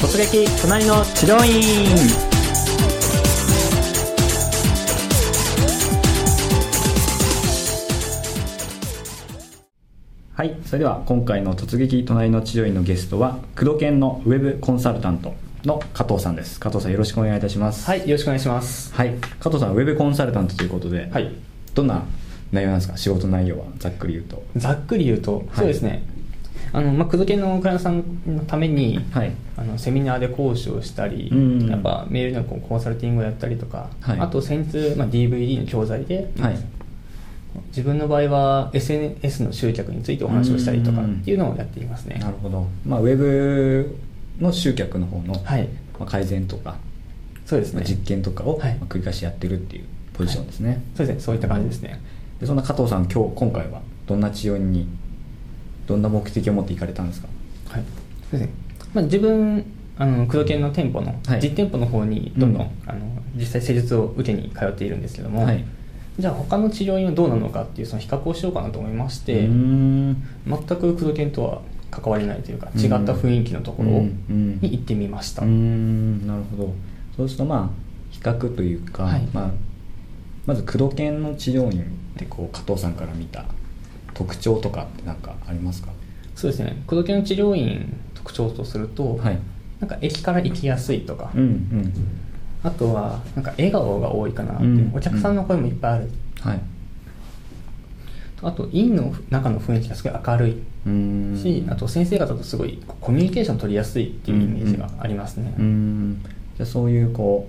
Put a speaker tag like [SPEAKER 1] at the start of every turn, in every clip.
[SPEAKER 1] 突撃隣の治療院はいそれでは今回の突撃隣の治療院のゲストは工藤研のウェブコンサルタントの加藤さんです加藤さんよろしくお願いいたします
[SPEAKER 2] はい、よろしくお願いします。
[SPEAKER 1] はい、加藤さんウェブコンサルタントということで、
[SPEAKER 2] はい
[SPEAKER 1] どんな内容なんですか仕事内容はざっくり言うと
[SPEAKER 2] ざっくり言うと、そうですね。あのまあ、工藤研のクライアントさんのために、
[SPEAKER 1] はい
[SPEAKER 2] あのセミナーで講師をしたり、
[SPEAKER 1] うん
[SPEAKER 2] やっぱメールのこうコンサルティングをやったりとか、
[SPEAKER 1] はい
[SPEAKER 2] あと先日、まあ、DVD の教材で、
[SPEAKER 1] はい
[SPEAKER 2] 自分の場合は SNS の集客についてお話をしたりとかっていうのをやっていますね。
[SPEAKER 1] なるほど、まあ、ウェブの集客の方の、
[SPEAKER 2] はい
[SPEAKER 1] まあ、改善とか、
[SPEAKER 2] そうです
[SPEAKER 1] ま
[SPEAKER 2] ね
[SPEAKER 1] あ、。実験とかを、
[SPEAKER 2] はい
[SPEAKER 1] まあ繰り返しやってるっていうポジションですね、
[SPEAKER 2] そうですね、そういった感じですね。
[SPEAKER 1] でそんな加藤さん今日今回はどんな治療院にどんな目的を持って行かれたんですか
[SPEAKER 2] はい、そうですね、まあ、自分あの工藤研の店舗の、
[SPEAKER 1] はい
[SPEAKER 2] 実店舗の方にどんどん、
[SPEAKER 1] うん
[SPEAKER 2] あの実際施術を受けに通っているんですけども、
[SPEAKER 1] はい
[SPEAKER 2] じゃあ他の治療院はどうなのかっていうその比較をしようかなと思いまして
[SPEAKER 1] うーん
[SPEAKER 2] 全く工藤研とは関わりないというか
[SPEAKER 1] うん
[SPEAKER 2] 違った雰囲気のところ
[SPEAKER 1] うん
[SPEAKER 2] に行ってみました、
[SPEAKER 1] うーんなるほどそうするとまあ比較というか、
[SPEAKER 2] はい
[SPEAKER 1] まあ、まず工藤研の治療院ってこう加藤さんから見た特徴とかって何かありますか
[SPEAKER 2] そうですね工藤研の治療院特徴とすると、
[SPEAKER 1] はい
[SPEAKER 2] なんか駅から行きやすいとか、
[SPEAKER 1] うんうん
[SPEAKER 2] あとはなんか笑顔が多いかなって、
[SPEAKER 1] うん
[SPEAKER 2] お客さんの声もいっぱいある、
[SPEAKER 1] はい
[SPEAKER 2] あと院の中の雰囲気がすごい明るいう
[SPEAKER 1] ーん
[SPEAKER 2] し、あと先生方とすごいコミュニケーション取りやすいっていうイメージがありますね、
[SPEAKER 1] うーんじゃあそういうこ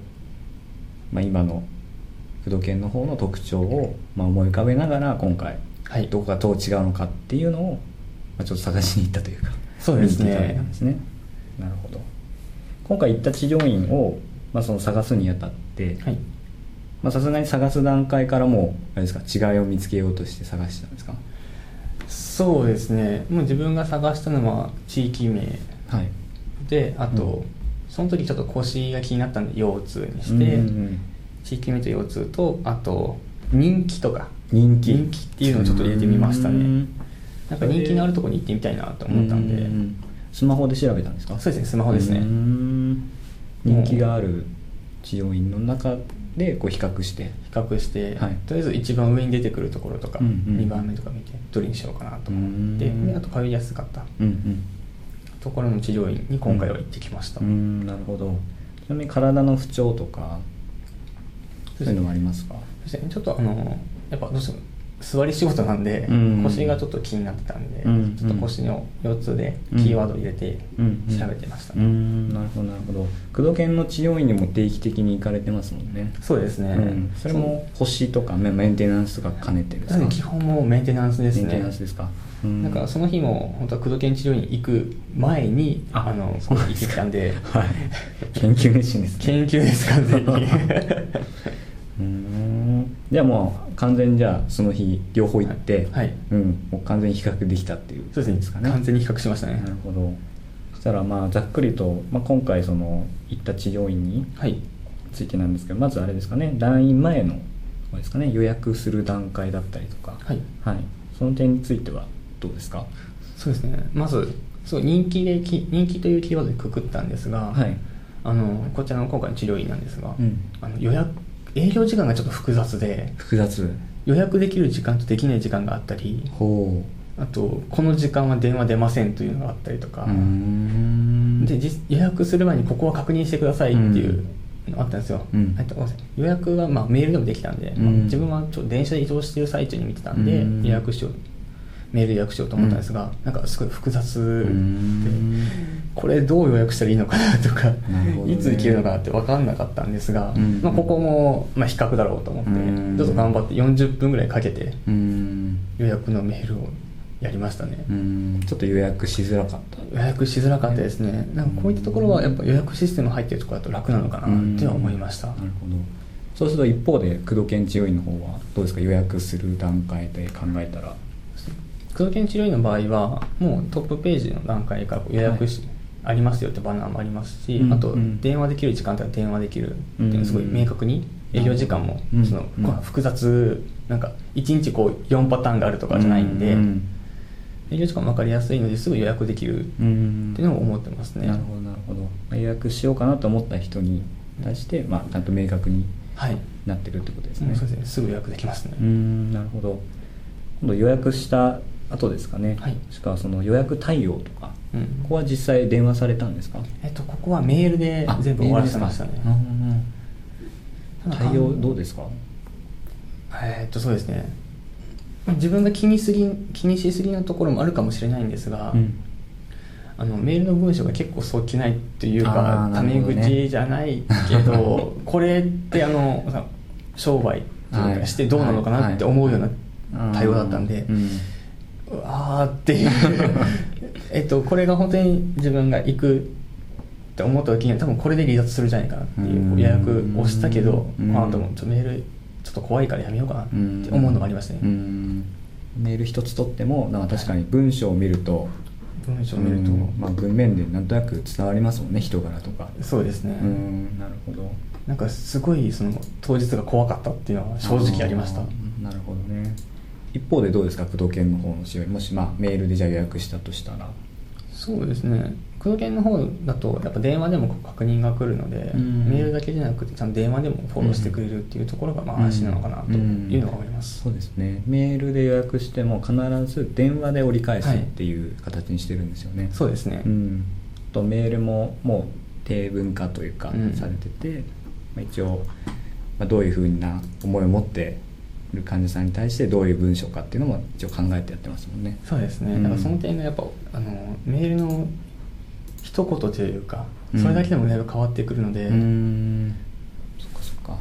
[SPEAKER 1] う、まあ、今の工藤研の方の特徴を、まあ、思い浮かべながら今回、
[SPEAKER 2] はい
[SPEAKER 1] どこがどう違うのかっていうのを、まあ、ちょっと探しに行ったというか
[SPEAKER 2] そうですね
[SPEAKER 1] 見に行ったわけなんですねなるほど今回行った治療院を、まあ、その探すにあたって
[SPEAKER 2] はい
[SPEAKER 1] まあさすがに探す段階からもうあれですか違いを見つけようとして探してたんですか
[SPEAKER 2] そうですねもう自分が探したのは地域名
[SPEAKER 1] はい
[SPEAKER 2] であと、
[SPEAKER 1] うん
[SPEAKER 2] その時ちょっと腰が気になったんで腰痛にして、
[SPEAKER 1] うんうん
[SPEAKER 2] 地域名と腰痛とあと人気とか
[SPEAKER 1] 人気
[SPEAKER 2] 人気っていうのをちょっと入れてみましたね
[SPEAKER 1] うん
[SPEAKER 2] なんか人気のあるところに行ってみたいなと思ったんで、
[SPEAKER 1] うスマホで調べたんですか
[SPEAKER 2] そうですねスマホですね
[SPEAKER 1] うん人気がある治療院の中でこう比較して
[SPEAKER 2] 比較して、
[SPEAKER 1] はい
[SPEAKER 2] とりあえず一番上に出てくるところとか、
[SPEAKER 1] う
[SPEAKER 2] 二
[SPEAKER 1] んうん
[SPEAKER 2] 2番目とか見てどれにしようかなと思って、
[SPEAKER 1] うん
[SPEAKER 2] であと通いやすかった
[SPEAKER 1] うんうん
[SPEAKER 2] ところの治療院に今回は行ってきました、
[SPEAKER 1] うんなるほどちなみに体の不調とかそういうのはありますか
[SPEAKER 2] そしてちょっとあのやっぱどうしても座り仕事なんで、
[SPEAKER 1] うん
[SPEAKER 2] 腰がちょっと気になってたんで、
[SPEAKER 1] うん
[SPEAKER 2] ちょっと腰の腰痛でキーワードを入れて
[SPEAKER 1] うんうん
[SPEAKER 2] 調べてました、
[SPEAKER 1] うんなるほどなるほど工藤研の治療院にも定期的に行かれてますもんね
[SPEAKER 2] そうですね、
[SPEAKER 1] うんそれも腰とかメメンテナンスとか兼ねてるんで
[SPEAKER 2] そう
[SPEAKER 1] す
[SPEAKER 2] です
[SPEAKER 1] か
[SPEAKER 2] ね基本もうメンテナンスですね
[SPEAKER 1] メンテナンスですかうん
[SPEAKER 2] なんかその日も本当は工藤研治療院行く前にあの
[SPEAKER 1] そう
[SPEAKER 2] 行ってきたんで
[SPEAKER 1] かはい研究熱心ですね
[SPEAKER 2] 研究です完 全に
[SPEAKER 1] うーんじゃあもう完全にじゃあその日両方行って、
[SPEAKER 2] はいはい
[SPEAKER 1] うん、もう完全に比較できたっていう
[SPEAKER 2] そうですね
[SPEAKER 1] かね
[SPEAKER 2] 完全に比較しましたね
[SPEAKER 1] なるほどそしたらまあざっくりと、まあ、今回その行った治療院に
[SPEAKER 2] はい
[SPEAKER 1] ついてなんですけどまずあれですかね来院前のこれですかね予約する段階だったりとか
[SPEAKER 2] はい
[SPEAKER 1] その点についてはどうですか
[SPEAKER 2] そうですねまずすごい人気でき人気というキーワードでくくったんですが、
[SPEAKER 1] はい
[SPEAKER 2] あのこちらの今回の治療院なんですが、
[SPEAKER 1] うん
[SPEAKER 2] あの予約営業時間がちょっと複雑で
[SPEAKER 1] 複雑
[SPEAKER 2] 予約できる時間とできない時間があったり
[SPEAKER 1] ほ
[SPEAKER 2] あとこの時間は電話出ませんというのがあったりと
[SPEAKER 1] う
[SPEAKER 2] か
[SPEAKER 1] うー、ん
[SPEAKER 2] で実予約する前にここは確認してくださいっていうのがあったんですよ、
[SPEAKER 1] うん
[SPEAKER 2] えっとごめんなさい予約はまあメールでもできたんで、まあ
[SPEAKER 1] うん
[SPEAKER 2] 自分はちょっと電車で移動してる最中に見てたんで、
[SPEAKER 1] うん
[SPEAKER 2] 予約しようメールで予約しようと思ったんですが、なんかすごい複雑で、
[SPEAKER 1] うん
[SPEAKER 2] これどう予約したらいいのかなとか
[SPEAKER 1] なるほどね
[SPEAKER 2] いつ行けるのかなって分かんなかったんですが、
[SPEAKER 1] うん
[SPEAKER 2] まあ、ここもまあ比較だろうと思って、
[SPEAKER 1] うん
[SPEAKER 2] ちょっと頑張って40分ぐらいかけて
[SPEAKER 1] うーん
[SPEAKER 2] 予約のメールをやりましたね、
[SPEAKER 1] うーんちょっと予約しづらかった
[SPEAKER 2] 予約しづらかったですねなんかこういったところはやっぱ予約システム入ってるところだと楽なのかなっては思いました
[SPEAKER 1] なるほどそうすると一方で工藤研治療院の方はどうですか予約する段階で考えたら
[SPEAKER 2] 工藤研治療院の場合はもうトップページの段階から予約し、ありますよってバナーもありますし、
[SPEAKER 1] うん
[SPEAKER 2] あと
[SPEAKER 1] うん
[SPEAKER 2] 電話できる時間帯は電話できるっていうのすごい明確に
[SPEAKER 1] うん
[SPEAKER 2] 営業時間も
[SPEAKER 1] うん
[SPEAKER 2] その、
[SPEAKER 1] うん
[SPEAKER 2] まあ複雑なんか1日こう4パターンがあるとかじゃないんで、
[SPEAKER 1] うん
[SPEAKER 2] 営業時間も分かりやすいのですぐ予約できるっ
[SPEAKER 1] うん
[SPEAKER 2] ていうのを思ってますね、
[SPEAKER 1] なるほどなるほどまあ予約しようかなと思った人に対して、まあ、ちゃんと明確に
[SPEAKER 2] はい
[SPEAKER 1] なってるってことです
[SPEAKER 2] も
[SPEAKER 1] ね
[SPEAKER 2] うそうですねすぐ予約できますね、
[SPEAKER 1] うんなるほど今度予約した後ですかね、
[SPEAKER 2] はい
[SPEAKER 1] しかもその予約対応とか
[SPEAKER 2] うん
[SPEAKER 1] ここは実際電話されたんですか
[SPEAKER 2] えっと、ここはメールで
[SPEAKER 1] あ
[SPEAKER 2] 全部終わらせましたね
[SPEAKER 1] メールですか
[SPEAKER 2] ただ
[SPEAKER 1] 対応どうですか
[SPEAKER 2] えーっとそうですね自分が気にすぎ気にしすぎなところもあるかもしれないんですが、
[SPEAKER 1] うん
[SPEAKER 2] あのメールの文章が結構そうきないっていう
[SPEAKER 1] あー
[SPEAKER 2] か
[SPEAKER 1] な
[SPEAKER 2] タ
[SPEAKER 1] るほ
[SPEAKER 2] メ
[SPEAKER 1] どね
[SPEAKER 2] 口じゃないけど これってあのさ商売という
[SPEAKER 1] は
[SPEAKER 2] か
[SPEAKER 1] い
[SPEAKER 2] してどうなのかなって思うような対応だったんで、
[SPEAKER 1] うん
[SPEAKER 2] うわーっていう えっとこれが本当に自分が行くって思った時には多分これで離脱するんじゃないかなっていううん予約をしたけど
[SPEAKER 1] うん
[SPEAKER 2] まあでもちょっとメールちょっと怖いからやめようかなって思うのがありました
[SPEAKER 1] う
[SPEAKER 2] ね
[SPEAKER 1] んメール一つ取ってもなんか確かに文章を見ると
[SPEAKER 2] 文章を見ると
[SPEAKER 1] うんまあ、文面でなんとなく伝わりますもんね人柄とか
[SPEAKER 2] そうですね
[SPEAKER 1] うんなるほど
[SPEAKER 2] なんかすごいその当日が怖かったっていうのは正直ありました
[SPEAKER 1] ーなるほどね一方でどうですか工藤研の方の試合もし、まあ、メールでじゃあ予約したとしたら
[SPEAKER 2] そうですね工藤研の方だとやっぱ電話でも確認が来るので
[SPEAKER 1] うん
[SPEAKER 2] メールだけじゃなくてちゃんと電話でもフォローしてくれるっていうところがまあ安心なのかなというのは思います
[SPEAKER 1] そうですねメールで予約しても必ず電話で折り返すっていう形にしてるんですよね、
[SPEAKER 2] そうですね
[SPEAKER 1] うん、あとメールももう定文化というか
[SPEAKER 2] うん
[SPEAKER 1] されてて、まあ、一応、まあ、どういうふうな思いを持っている患者さんに対してどういう文章かっていうのも一応考えてやってますもんね
[SPEAKER 2] そうですね、
[SPEAKER 1] うん
[SPEAKER 2] だからその点がやっぱあのメールの一言というか、
[SPEAKER 1] うん
[SPEAKER 2] それだけでもだいぶ変わってくるので、
[SPEAKER 1] うーんそっかそっか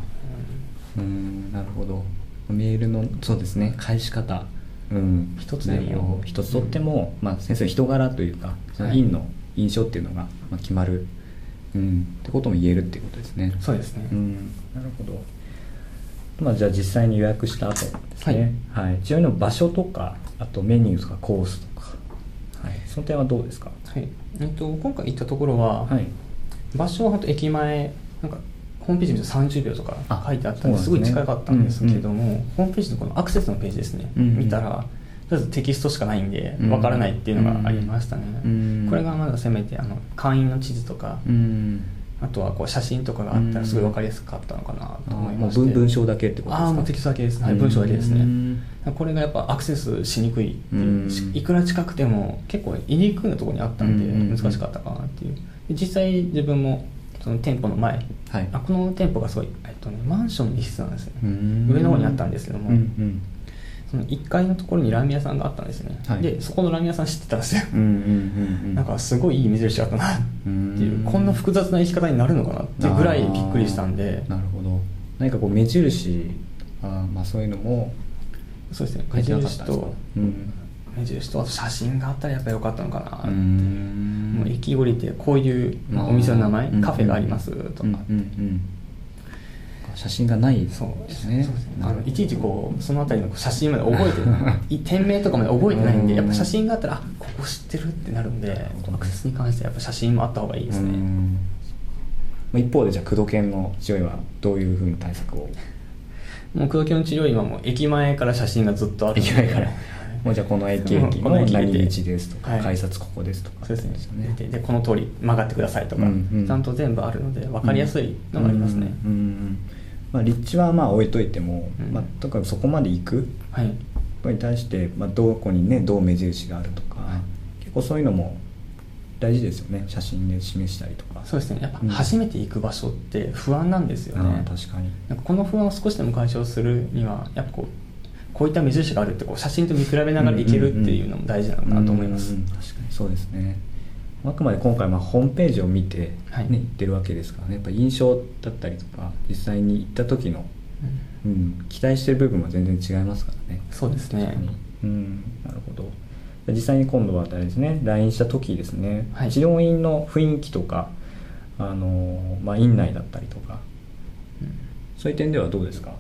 [SPEAKER 1] うーんなるほどメールのそうですね返し方うん
[SPEAKER 2] 一つでも
[SPEAKER 1] 内容を一つとっても、まあ、先生の人柄というかその
[SPEAKER 2] はい
[SPEAKER 1] 院の印象っていうのが、まあ、決まる、うん、ってことも言えるっていうことですね
[SPEAKER 2] そうですね、
[SPEAKER 1] うん、なるほど、まあ、じゃあ実際に予約した後ですね、はいちなみに場所とかあとメニューとかコースとか、はい、その点はどうですか
[SPEAKER 2] はいえっと、今回行ったところは、
[SPEAKER 1] はい
[SPEAKER 2] 場所は本当駅前なんかホームページ見ると30秒とか
[SPEAKER 1] あ
[SPEAKER 2] 書いてあったんで
[SPEAKER 1] そうなんですね
[SPEAKER 2] すごい近かったんですけども、ホームページのこのアクセスのページですね、
[SPEAKER 1] うんうん
[SPEAKER 2] 見たらとりあえずテキストしかないんで
[SPEAKER 1] うん
[SPEAKER 2] わからないっていうのがありましたね、
[SPEAKER 1] うん
[SPEAKER 2] これがまだせめてあの会員の地図とか、
[SPEAKER 1] うん
[SPEAKER 2] あとはこう写真とかがあったらすごい分かりやすかったのかな
[SPEAKER 1] あ
[SPEAKER 2] と思い
[SPEAKER 1] も
[SPEAKER 2] ま
[SPEAKER 1] う
[SPEAKER 2] して
[SPEAKER 1] 文文章だけってことですか
[SPEAKER 2] ああもうテキストだけですね、はい、
[SPEAKER 1] うん
[SPEAKER 2] 文章だけですね
[SPEAKER 1] うん
[SPEAKER 2] これがやっぱアクセスしにくいっていううんしいくら近くても結構入り組んだところにあったん
[SPEAKER 1] うん
[SPEAKER 2] で難しかったかなっていうで実際自分もその店舗の前
[SPEAKER 1] はい
[SPEAKER 2] あこの店舗がすごい、えっとね、マンションの一室なんですね
[SPEAKER 1] うん
[SPEAKER 2] 上の方にあったんですけども、
[SPEAKER 1] うん
[SPEAKER 2] その1階のところにラーメン屋さんがあったんですよね、
[SPEAKER 1] はい
[SPEAKER 2] でそこのラーメン屋さん知ってたんですよ、
[SPEAKER 1] うんうんうんうん
[SPEAKER 2] なんかすごいいい目印だったなっていう
[SPEAKER 1] うん
[SPEAKER 2] こんな複雑な生き方になるのかなってぐらいびっくりしたんで
[SPEAKER 1] あーなるほど何かこう目印あー、まあ、そういうのも
[SPEAKER 2] そうですね
[SPEAKER 1] 書
[SPEAKER 2] 目
[SPEAKER 1] いてなかった
[SPEAKER 2] 印
[SPEAKER 1] んですか
[SPEAKER 2] と
[SPEAKER 1] うん
[SPEAKER 2] 目印とあと写真があったらやっぱ良かったのかなって
[SPEAKER 1] う
[SPEAKER 2] いうんもう駅降りてこういうまあ
[SPEAKER 1] あー
[SPEAKER 2] お店の名前、
[SPEAKER 1] うん
[SPEAKER 2] カフェがありますとか、
[SPEAKER 1] うんうんうん写真がない
[SPEAKER 2] そう
[SPEAKER 1] で
[SPEAKER 2] ですす
[SPEAKER 1] ね
[SPEAKER 2] ねあのいちいちこうその辺りの写真まで覚 えてい店名とかまで覚えてないんでやっぱ写真があったらあここ知ってるってなるんで
[SPEAKER 1] ほどね
[SPEAKER 2] アクセスに関してはやっぱ写真もあった方がいいです
[SPEAKER 1] う
[SPEAKER 2] ね
[SPEAKER 1] んまあ一方でじゃあ工藤研の父親はどういうふうに対策を
[SPEAKER 2] もう工藤家の治療院はもう駅前から写真がずっとあって
[SPEAKER 1] 駅前からもうじゃあこの駅駅
[SPEAKER 2] こ
[SPEAKER 1] の
[SPEAKER 2] の駅出て
[SPEAKER 1] 何日ですとか、
[SPEAKER 2] はい
[SPEAKER 1] 改札ここですとか
[SPEAKER 2] そうですね
[SPEAKER 1] よ
[SPEAKER 2] ででこの通り曲がってくださいとか、
[SPEAKER 1] うんうん
[SPEAKER 2] ちゃんと全部あるので分かりやすいのがありますね、
[SPEAKER 1] うんうんうんまあ、立地はまあ置いといても、
[SPEAKER 2] うん
[SPEAKER 1] まあ、とかそこまで行く
[SPEAKER 2] はい
[SPEAKER 1] ことに対して、まあ、どこにねどう目印があるとか、結構そういうのも大事ですよね写真で示したりとか
[SPEAKER 2] そうですねやっぱ
[SPEAKER 1] うん
[SPEAKER 2] 初めて行く場所って不安なんですよね、
[SPEAKER 1] ああ確かに
[SPEAKER 2] なんかこの不安を少しでも解消するにはやっぱこうこういった目印があるってこう写真と見比べながらいけるっていうのも大事なのかなと思います、
[SPEAKER 1] うんうんうん確かにそうですねあくまで今回まあホームページを見て、ね
[SPEAKER 2] はい
[SPEAKER 1] 行ってるわけですからねやっぱ印象だったりとか実際に行った時の、うん、期待してる部分は全然違いますからね
[SPEAKER 2] そうです
[SPEAKER 1] 確
[SPEAKER 2] ね
[SPEAKER 1] かにうんなるほど実際に今度はあれですね LINE した時ですね、
[SPEAKER 2] はい
[SPEAKER 1] 治療院の雰囲気とかあの、まあ、院内だったりとかそういう点ではどうですか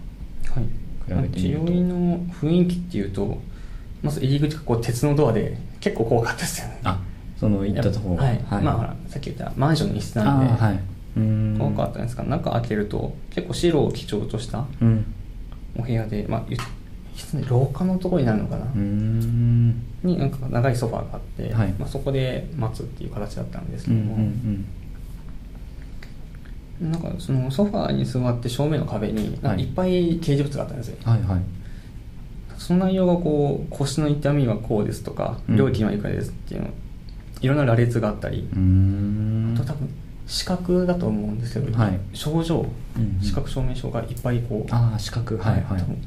[SPEAKER 2] うん
[SPEAKER 1] 比
[SPEAKER 2] は
[SPEAKER 1] べ
[SPEAKER 2] い
[SPEAKER 1] て
[SPEAKER 2] 治
[SPEAKER 1] みると
[SPEAKER 2] 療院の雰囲気っていうとまず入り口がこう鉄のドアで結構怖かったですよね
[SPEAKER 1] あその行ったところ
[SPEAKER 2] はい、まあほらさっき言ったマンションの一室
[SPEAKER 1] あ
[SPEAKER 2] なんで、
[SPEAKER 1] ーはいうん
[SPEAKER 2] 怖かったんですが中開けると結構白を基調とした
[SPEAKER 1] うん
[SPEAKER 2] お部屋で、まあ、ゆ室内廊下のところになるのかな、
[SPEAKER 1] うーん
[SPEAKER 2] になんか長いソファーがあって、
[SPEAKER 1] はい
[SPEAKER 2] まあ、そこで待つっていう形だったんです
[SPEAKER 1] う
[SPEAKER 2] け
[SPEAKER 1] んう
[SPEAKER 2] ど
[SPEAKER 1] ん
[SPEAKER 2] も、なんかそのソファーに座って正面の壁になんか
[SPEAKER 1] は
[SPEAKER 2] い
[SPEAKER 1] い
[SPEAKER 2] っぱい掲示物があったんですよ、
[SPEAKER 1] うんはいはい
[SPEAKER 2] その内容がこう腰の痛みはこうですとか、
[SPEAKER 1] うん
[SPEAKER 2] 料金はいくらですっていうのいろんな羅列があったり、
[SPEAKER 1] うーん
[SPEAKER 2] あと多分視覚だと思うんですけど、
[SPEAKER 1] はい
[SPEAKER 2] 症状、
[SPEAKER 1] うんうん
[SPEAKER 2] 視覚証明書がいっぱいこう
[SPEAKER 1] ああ資格はいはい
[SPEAKER 2] 多分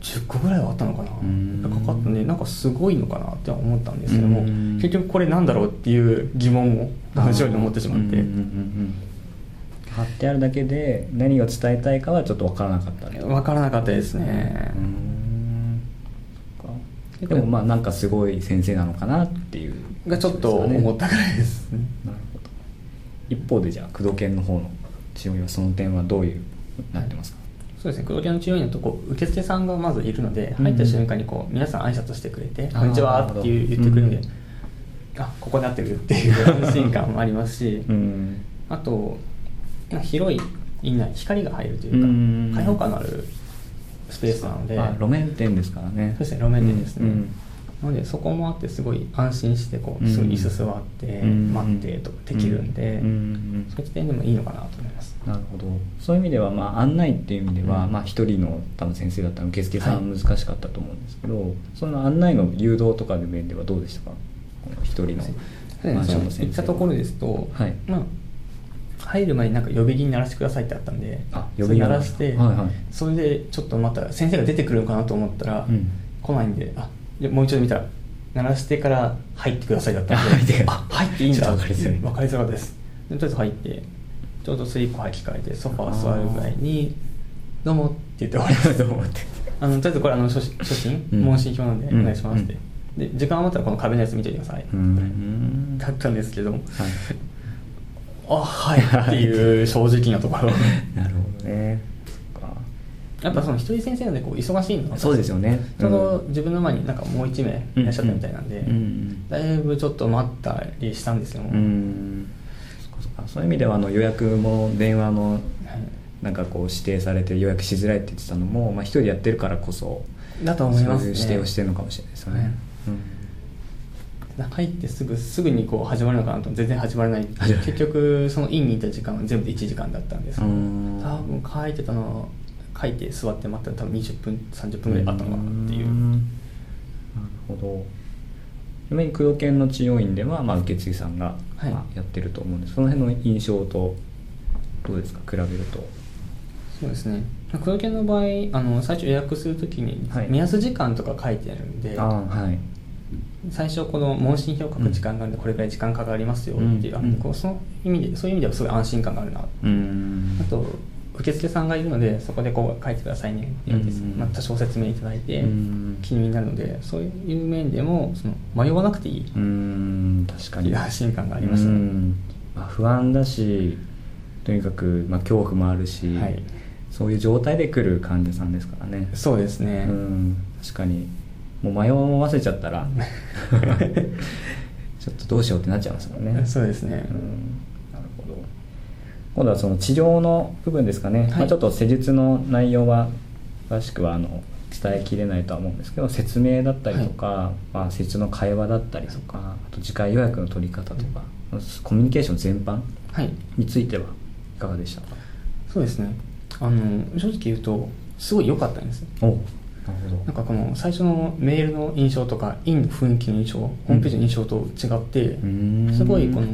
[SPEAKER 2] 10個ぐらいはあったのかな
[SPEAKER 1] うん
[SPEAKER 2] かかったんでなんかすごいのかなって思ったんですけども
[SPEAKER 1] うん
[SPEAKER 2] 結局これなんだろうっていう疑問を同じように思ってしまって
[SPEAKER 1] うんうんうんうん貼ってあるだけで何を伝えたいかはちょっと分からなかったね
[SPEAKER 2] 分からなかったですね
[SPEAKER 1] うーんそっかでもまあなんかすごい先生なのかなっていう
[SPEAKER 2] がちょっと思ったたぐらいですね
[SPEAKER 1] なるほど一方でじゃあ工藤研の方の治療院はその点はどういうなってますか、
[SPEAKER 2] そうですね黒毛の治療院のとこ受付さんがまずいるので
[SPEAKER 1] うん
[SPEAKER 2] 入った瞬間にこう皆さん挨拶してくれて「
[SPEAKER 1] あー
[SPEAKER 2] こんにちは」っていう言ってくれるんで
[SPEAKER 1] なるほ
[SPEAKER 2] あここになってるっていう安心感もありますし
[SPEAKER 1] うん
[SPEAKER 2] あとまあ広い院内光が入るというか
[SPEAKER 1] うん
[SPEAKER 2] 開放感のあるスペースなので
[SPEAKER 1] まあ、路面店ですからね
[SPEAKER 2] そうですね路面店ですね、
[SPEAKER 1] うんうん
[SPEAKER 2] なのでそこもあってすごい安心してこう
[SPEAKER 1] うん
[SPEAKER 2] すぐ椅子座って
[SPEAKER 1] うん
[SPEAKER 2] 待ってとかできるんで、
[SPEAKER 1] うんうん
[SPEAKER 2] そういった点でもいいのかなと思います
[SPEAKER 1] なるほどそういう意味では、まあ、案内っていう意味では、
[SPEAKER 2] うん
[SPEAKER 1] まあ、一人の多分先生だったら受付さん
[SPEAKER 2] は
[SPEAKER 1] はい難しかったと思うんですけど、その案内の誘導とかの面ではどうでしたかこの一人の
[SPEAKER 2] そうで
[SPEAKER 1] マンシ
[SPEAKER 2] すねそ
[SPEAKER 1] ョンの
[SPEAKER 2] の
[SPEAKER 1] 先
[SPEAKER 2] 行っ
[SPEAKER 1] 生
[SPEAKER 2] たところ ですと、
[SPEAKER 1] はい
[SPEAKER 2] まあ入る前になんか呼び鈴鳴らしてくださいってあったんで
[SPEAKER 1] あ
[SPEAKER 2] それ
[SPEAKER 1] 呼び
[SPEAKER 2] 鳴
[SPEAKER 1] 鈴
[SPEAKER 2] らして、
[SPEAKER 1] はいはい
[SPEAKER 2] それでちょっとまた先生が出てくるのかなと思ったら、
[SPEAKER 1] うん
[SPEAKER 2] 来ないんであでもう一度見たら鳴らしてから入ってくださいだったんで
[SPEAKER 1] あ入ってくだ
[SPEAKER 2] あ入っていいんだ
[SPEAKER 1] ちょっと分かりづらい
[SPEAKER 2] 分かりづらかったですでとりあえず入ってちょうどスリープ履き替えてソファー座るぐらいに「どうも」って言って終わります
[SPEAKER 1] どうも って
[SPEAKER 2] あのとりあえずこれあの初心初心、
[SPEAKER 1] うん
[SPEAKER 2] 問診票なんで
[SPEAKER 1] うん
[SPEAKER 2] お願いしますって、で時間余ったらこの壁のやつ見ておいてください、
[SPEAKER 1] うん
[SPEAKER 2] だったんですけども、
[SPEAKER 1] はい
[SPEAKER 2] あはいっていう正直なとこ ろ
[SPEAKER 1] なるほどねそっか
[SPEAKER 2] やっぱその一人先生なんでこう忙しいの
[SPEAKER 1] そうですよね
[SPEAKER 2] ちょうど
[SPEAKER 1] うん
[SPEAKER 2] 自分の前になんかもう一名いらっしゃったみたいなんで、
[SPEAKER 1] うんうんうん
[SPEAKER 2] だいぶちょっと待ったりしたんですよ、
[SPEAKER 1] うーんそっかそっかそういう意味ではあの予約も電話も
[SPEAKER 2] はい
[SPEAKER 1] なんかこう指定されて予約しづらいって言ってたのも、まあ、一人でやってるからこそ
[SPEAKER 2] だと思います
[SPEAKER 1] そういう
[SPEAKER 2] ね
[SPEAKER 1] 指定をしてるのかもしれないですよね、
[SPEAKER 2] ね入ってすぐすぐにこう始まるのかなと思って全然始まらない
[SPEAKER 1] 始まらない
[SPEAKER 2] 結局その院にいた時間は全部で1時間だったんですけど
[SPEAKER 1] う
[SPEAKER 2] 多
[SPEAKER 1] ーん
[SPEAKER 2] 分書いてたの書いて座って待ったの多分20分30
[SPEAKER 1] うん
[SPEAKER 2] 分ぐらいあったのかなっていう
[SPEAKER 1] ーんなるほどちなみに工藤研の治療院では、まあ、受付さんが、
[SPEAKER 2] はい
[SPEAKER 1] まあやってると思うんですその辺の印象とどうですか比べると
[SPEAKER 2] そうですね黒毛の場合あの最初予約するときに
[SPEAKER 1] はい
[SPEAKER 2] 目安時間とか書いてあるんで、
[SPEAKER 1] ああはい
[SPEAKER 2] 最初この問診票を書く時間があるんでこれぐらい時間かかりますよっていう、
[SPEAKER 1] うん
[SPEAKER 2] あのこうその意味でそういう意味ではすごい安心感があるな
[SPEAKER 1] うーん
[SPEAKER 2] あと受付さんがいるのでそこでこう書いてくださいねって言われて、
[SPEAKER 1] うん
[SPEAKER 2] まあ、多少説明いただいて
[SPEAKER 1] うん
[SPEAKER 2] 記入になるのでそういう面でもその迷わなくていいう
[SPEAKER 1] ーん確か
[SPEAKER 2] ってい
[SPEAKER 1] に
[SPEAKER 2] う安心感がありました
[SPEAKER 1] う
[SPEAKER 2] ね
[SPEAKER 1] んまあ、不安だしとにかく、まあ、恐怖もあるし、
[SPEAKER 2] はい
[SPEAKER 1] そういう状態で来る患者さんですからね
[SPEAKER 2] そうですね、
[SPEAKER 1] うん確かにもう迷わせちゃった らちょっとどうしようってなっちゃいますもんね
[SPEAKER 2] そうですね
[SPEAKER 1] うんなるほど今度はその治療の部分ですかね、
[SPEAKER 2] はい
[SPEAKER 1] まあ、ちょっと施術の内容は詳しくはあの伝えきれないとは思うんですけど説明だったりとか、まあ、施術の会話だったりとかあと次回予約の取り方とか、コミュニケーション全般
[SPEAKER 2] はい
[SPEAKER 1] についてはいかがでしたか
[SPEAKER 2] そうですねあの正直言うとすごい良かったんですよ
[SPEAKER 1] おなるほ
[SPEAKER 2] なん
[SPEAKER 1] ど
[SPEAKER 2] かこの最初のメールの印象とか院の雰囲気の印象ホームページの印象と違って、
[SPEAKER 1] ん
[SPEAKER 2] すごいこの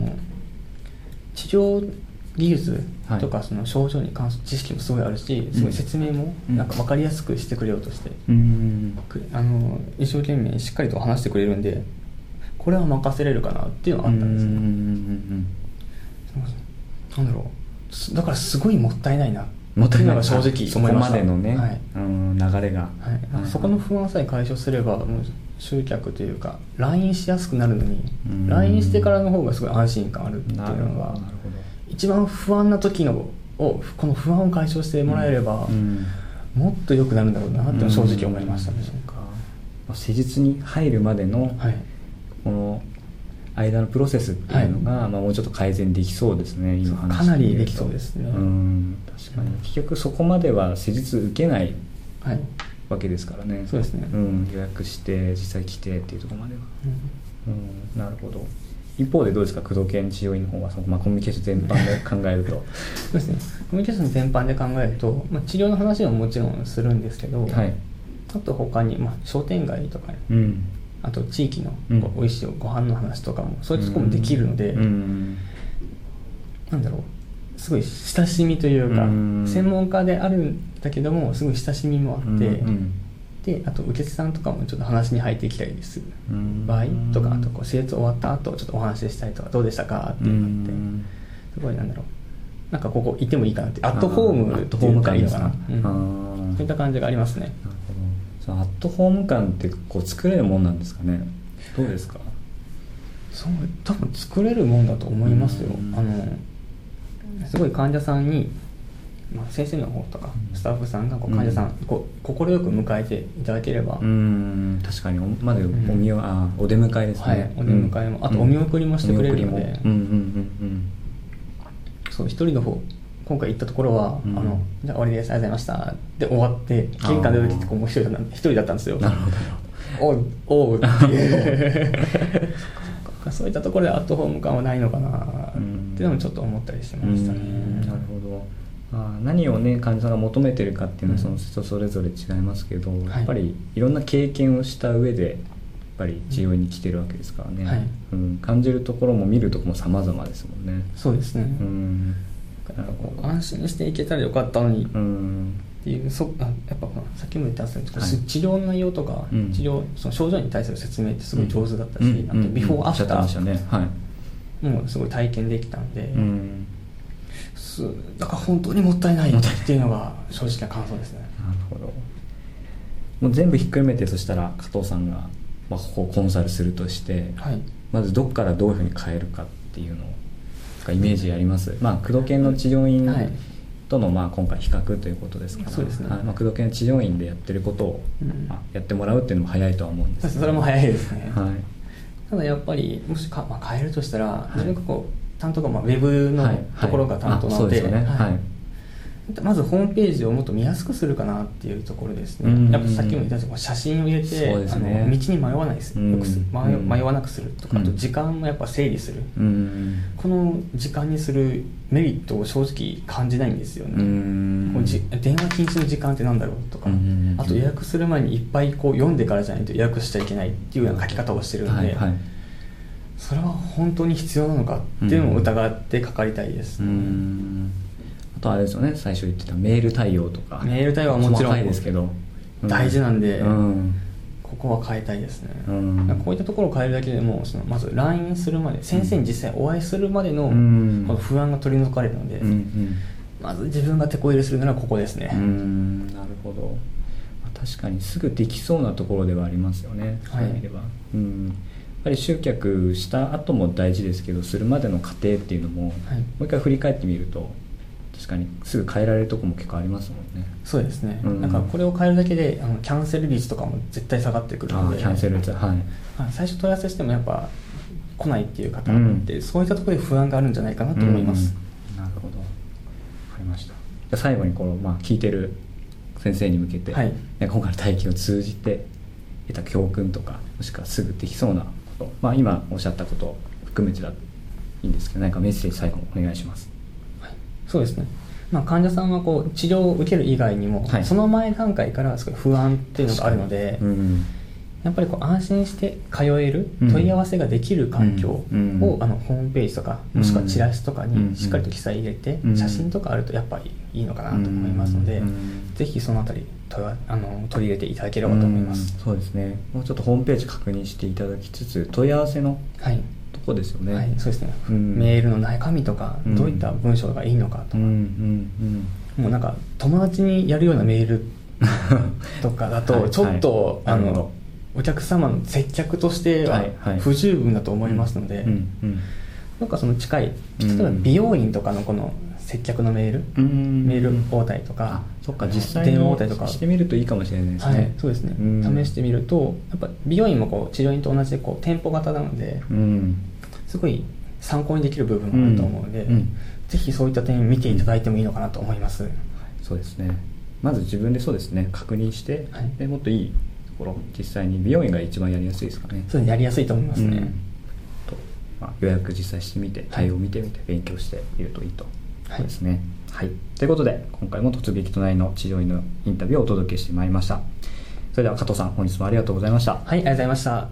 [SPEAKER 2] 治療技術とか
[SPEAKER 1] はい
[SPEAKER 2] その症状に関する知識もすごいあるし、すごい説明も
[SPEAKER 1] うん
[SPEAKER 2] なんか分かりやすくしてくれようとして、
[SPEAKER 1] うん
[SPEAKER 2] くあの一生懸命しっかりと話してくれるんでこれは任せれるかなっていうのはあったんですよ
[SPEAKER 1] うんうん
[SPEAKER 2] ねなんだろうすだからすごいもったいないな
[SPEAKER 1] うんもったいない
[SPEAKER 2] ってうのが正直思いました
[SPEAKER 1] そこまでのね、
[SPEAKER 2] はい
[SPEAKER 1] うん流れが、
[SPEAKER 2] はい、そこの不安さえ解消すればもう集客というか LINE しやすくなるのに
[SPEAKER 1] うん
[SPEAKER 2] LINE してからの方がすごい安心感あるっていう
[SPEAKER 1] なるほど
[SPEAKER 2] のが
[SPEAKER 1] なるほど
[SPEAKER 2] 一番不安な時のをこの不安を解消してもらえれば、
[SPEAKER 1] うん
[SPEAKER 2] もっと良くなるんだろうなっていうのは正直思いましたね
[SPEAKER 1] うん、そうかまあ施術に入るまでの、
[SPEAKER 2] はい
[SPEAKER 1] この間のプロセスっていうのが、まあ、もうちょっと改善できそうですね今話
[SPEAKER 2] かなり
[SPEAKER 1] 聞いてると
[SPEAKER 2] できそうですね
[SPEAKER 1] うん確かに結局そこまでは施術受けない
[SPEAKER 2] はい
[SPEAKER 1] わけですからね
[SPEAKER 2] そうですね
[SPEAKER 1] うん、予約して実際来てっていうところまでは、
[SPEAKER 2] うん
[SPEAKER 1] うん、なるほど一方でどうですか工藤研治療院の方はその、まあ、コミュニケーション全般で考えると
[SPEAKER 2] そうですねコミュニケーション全般で考えると、まあ、治療の話ももちろんするんですけど、
[SPEAKER 1] はい
[SPEAKER 2] あと他に、まあ、商店街とかね
[SPEAKER 1] うん
[SPEAKER 2] あと地域の
[SPEAKER 1] うん
[SPEAKER 2] こう美味しいご飯の話とかも、そういうとこもできるので、
[SPEAKER 1] うん
[SPEAKER 2] なんだろうすごい親しみというか、
[SPEAKER 1] うん
[SPEAKER 2] 専門家であるんだけどもすごい親しみもあって、
[SPEAKER 1] うん
[SPEAKER 2] であと受付さんとかもちょっと話に入ってきたりする
[SPEAKER 1] うん
[SPEAKER 2] 場合とかあとこう施術終わった後ちょっとお話ししたりとかどうでしたかって
[SPEAKER 1] う
[SPEAKER 2] いうのがあって、
[SPEAKER 1] ん
[SPEAKER 2] すごいなんだろうなんかここ行ってもいいかなってアットホーム
[SPEAKER 1] あーアット
[SPEAKER 2] っ
[SPEAKER 1] ホ
[SPEAKER 2] てい
[SPEAKER 1] ー
[SPEAKER 2] う
[SPEAKER 1] ム
[SPEAKER 2] か
[SPEAKER 1] 感
[SPEAKER 2] いいの
[SPEAKER 1] です
[SPEAKER 2] か
[SPEAKER 1] か
[SPEAKER 2] な、うん
[SPEAKER 1] あー
[SPEAKER 2] そういった感じがありますね
[SPEAKER 1] なるほどそのアットホーム感ってこう作れるもんなんですかねどうですか
[SPEAKER 2] そう多分作れるもんだと思いますよ、
[SPEAKER 1] うん
[SPEAKER 2] あのすごい患者さんに、まあ、先生の方とか
[SPEAKER 1] うん
[SPEAKER 2] スタッフさんがこう患者さん、こう快く迎えていただければ、
[SPEAKER 1] うん確かにおまだお
[SPEAKER 2] ん
[SPEAKER 1] 見よあお出迎えですね、
[SPEAKER 2] はいお出迎えもあとお見送りもしてくれるので
[SPEAKER 1] お見送りもうんうん
[SPEAKER 2] そう一人の方今回行ったところは、
[SPEAKER 1] うん
[SPEAKER 2] あのじゃあ終わりですありがとうございましたで終わって
[SPEAKER 1] あー
[SPEAKER 2] 玄関出た時こうもう一人だったん一人だったんですよ
[SPEAKER 1] うんなるほど
[SPEAKER 2] おうおうっていう そういったところでアットホーム感はないのかなっていうのもちょっと思ったりしましたね、
[SPEAKER 1] うんなるほどあー何をね患者さんが求めてるかっていうのはそうの
[SPEAKER 2] ん
[SPEAKER 1] 人それぞれ違いますけど、
[SPEAKER 2] はい
[SPEAKER 1] やっぱりいろんな経験をした上でやっぱり治療院に来てるわけですからね、
[SPEAKER 2] はい
[SPEAKER 1] うん、感じるところも見るところも様々ですもんね
[SPEAKER 2] そうですね、
[SPEAKER 1] うん
[SPEAKER 2] なんかこう安心していけたらよかったのにっ
[SPEAKER 1] うん
[SPEAKER 2] ていう、そあやっぱこのさっきも言ったんですけど、
[SPEAKER 1] はい
[SPEAKER 2] す治療の内容とか、
[SPEAKER 1] うん
[SPEAKER 2] 治療その症状に対する説明ってすごい上手だったし、
[SPEAKER 1] うん
[SPEAKER 2] あとビフォーアフタ
[SPEAKER 1] うんおっしゃって
[SPEAKER 2] ー
[SPEAKER 1] ましたねはい、
[SPEAKER 2] もうすごい体験できたんで、
[SPEAKER 1] うん
[SPEAKER 2] すだから本当にもったいないっていうのが正直な感想ですね。
[SPEAKER 1] なるほどもう全部ひっくるめてそしたら加藤さんが、まあ、ここをコンサルするとして、
[SPEAKER 2] はい
[SPEAKER 1] まずどこからどういうふうに変えるかっていうのをなんかイメージあります、まあ、工藤研の治療院
[SPEAKER 2] はい
[SPEAKER 1] との、まあ、今回比較ということですから
[SPEAKER 2] そうですね
[SPEAKER 1] はいまあ、工藤研の治療院でやってることを、
[SPEAKER 2] うん
[SPEAKER 1] あやってもらうっていうのも早いとは思うんです
[SPEAKER 2] そ
[SPEAKER 1] けど
[SPEAKER 2] それも早いですね、
[SPEAKER 1] はい
[SPEAKER 2] ただやっぱりもしか、まあ、変えるとしたら、
[SPEAKER 1] い
[SPEAKER 2] 自分がこう担当が、まあ、ウェブの
[SPEAKER 1] はい
[SPEAKER 2] ところが担当なので,
[SPEAKER 1] はい
[SPEAKER 2] は
[SPEAKER 1] あ
[SPEAKER 2] い、
[SPEAKER 1] そうですよねはい、
[SPEAKER 2] まずホームページをもっと見やすくするかなっていうところですね、
[SPEAKER 1] うん
[SPEAKER 2] やっぱさっきも言ったように写真を入れて、
[SPEAKER 1] そうですね
[SPEAKER 2] あの道に迷わないです、
[SPEAKER 1] うん
[SPEAKER 2] よくす迷
[SPEAKER 1] うん
[SPEAKER 2] 迷わなくするとか、
[SPEAKER 1] うん
[SPEAKER 2] あと時間もやっぱ整理する、
[SPEAKER 1] うん
[SPEAKER 2] この時間にするメリットを正直感じないんですよ
[SPEAKER 1] う
[SPEAKER 2] ね、
[SPEAKER 1] ん
[SPEAKER 2] こうじ電話禁止の時間ってなんだろうとか、
[SPEAKER 1] うん
[SPEAKER 2] あと予約する前にいっぱいこう読んでからじゃないと予約しちゃいけないっていうような書き方をしてるんで、
[SPEAKER 1] はいはい
[SPEAKER 2] それは本当に必要なのかっていうのを疑ってかかりたいです、
[SPEAKER 1] うーんあとあれですよね最初言ってたメール対応とか
[SPEAKER 2] メール対応はもちろん
[SPEAKER 1] 細かいですけど、う
[SPEAKER 2] 大事なんで
[SPEAKER 1] うん
[SPEAKER 2] ここは変えたいですね、
[SPEAKER 1] うん
[SPEAKER 2] こういったところを変えるだけでもそのまず LINE するまで先生に実際お会いするまでの
[SPEAKER 1] う
[SPEAKER 2] こ
[SPEAKER 1] ん
[SPEAKER 2] の不安が取り除かれるので、
[SPEAKER 1] うんうん
[SPEAKER 2] まず自分が手こ入れするならここですね、
[SPEAKER 1] うんなるほどまあ確かにすぐできそうなところではありますよね、
[SPEAKER 2] はい
[SPEAKER 1] そういう意味では、うん、やっぱり集客した後も大事ですけどするまでの過程っていうの
[SPEAKER 2] は
[SPEAKER 1] も、
[SPEAKER 2] い
[SPEAKER 1] もう一回振り返ってみると確かにすぐ変えられるとこも結構ありますもんね
[SPEAKER 2] そうですね、
[SPEAKER 1] うん
[SPEAKER 2] なんかこれを変えるだけであのキャンセル率とかも絶対下がってくる
[SPEAKER 1] あ
[SPEAKER 2] の
[SPEAKER 1] あ
[SPEAKER 2] で
[SPEAKER 1] キャンセル率はい
[SPEAKER 2] はい最初問い合わせしてもやっぱ来ないっていう方
[SPEAKER 1] う
[SPEAKER 2] っ
[SPEAKER 1] ん
[SPEAKER 2] て、そういったところで不安があるんじゃないかなと思います、
[SPEAKER 1] うんなるほどわかりましたじゃあ最後にこの、まあ、聞いてる先生に向けて、
[SPEAKER 2] はい
[SPEAKER 1] なんか今回の体験を通じて得た教訓とかもしくはすぐできそうなこと、まあ、今おっしゃったことを含めてだといいんですけど何かメッセージ最後お願いします
[SPEAKER 2] そうですね、まあ、患者さんはこう治療を受ける以外にも、
[SPEAKER 1] はい
[SPEAKER 2] その前段階からすごい不安っていうのがあるので、
[SPEAKER 1] うん
[SPEAKER 2] やっぱりこう安心して通える、
[SPEAKER 1] うん
[SPEAKER 2] 問い合わせができる環境を、
[SPEAKER 1] うんうん
[SPEAKER 2] あのホームページとかもしくはチラシとか
[SPEAKER 1] うん
[SPEAKER 2] にしっかりと記載入れて、
[SPEAKER 1] うん
[SPEAKER 2] 写真とかあるとやっぱりいいのかなと思いますので、
[SPEAKER 1] うん
[SPEAKER 2] ぜひそのあたり問い合わあの取り入れていただければと思います
[SPEAKER 1] うん、そうですねもうちょっとホームページ確認していただきつつ問い合わせの
[SPEAKER 2] はい、
[SPEAKER 1] とこですよね、
[SPEAKER 2] はい、そうですね、
[SPEAKER 1] うん
[SPEAKER 2] メールの中身とか、
[SPEAKER 1] うん
[SPEAKER 2] どういった文章がいいのかとか、
[SPEAKER 1] うん うん
[SPEAKER 2] もうなんか友達にやるようなメールとかだ
[SPEAKER 1] は
[SPEAKER 2] と
[SPEAKER 1] い
[SPEAKER 2] ちょっと、
[SPEAKER 1] は
[SPEAKER 2] あ
[SPEAKER 1] いなるほ
[SPEAKER 2] の
[SPEAKER 1] ど
[SPEAKER 2] お客様の接客としては
[SPEAKER 1] はいはい
[SPEAKER 2] 不十分だと
[SPEAKER 1] うん
[SPEAKER 2] 思いますので、
[SPEAKER 1] うんうん
[SPEAKER 2] なんかその近い
[SPEAKER 1] うん
[SPEAKER 2] 例えば美容院とかのこの接客のメール、
[SPEAKER 1] うん
[SPEAKER 2] メール応対とか
[SPEAKER 1] あ、そっか実際
[SPEAKER 2] 電話応
[SPEAKER 1] に
[SPEAKER 2] 対とか
[SPEAKER 1] してみるといいかもしれないですね、
[SPEAKER 2] はい、そうですね、
[SPEAKER 1] うん
[SPEAKER 2] 試してみるとやっぱ美容院もこう治療院と同じでこう店舗型なので
[SPEAKER 1] うん
[SPEAKER 2] すごい参考にできる部分もあると思うので、
[SPEAKER 1] うんうん
[SPEAKER 2] ぜひそういった点見ていただいてもいいのかなと思います、
[SPEAKER 1] そうですねまず自分でそうですね確認して、
[SPEAKER 2] はい
[SPEAKER 1] でもっといいところ実際に美容院が一番やりやすいですかね
[SPEAKER 2] そういうのやりやすいと思いますね、
[SPEAKER 1] うんとまあ、予約実際してみて対応見てみて勉強してみるといいと、
[SPEAKER 2] はい
[SPEAKER 1] そうですねはいということで今回も突撃隣の治療院のインタビューをお届けしてまいりましたそれでは加藤さん本日もありがとうございました
[SPEAKER 2] はいありがとうございました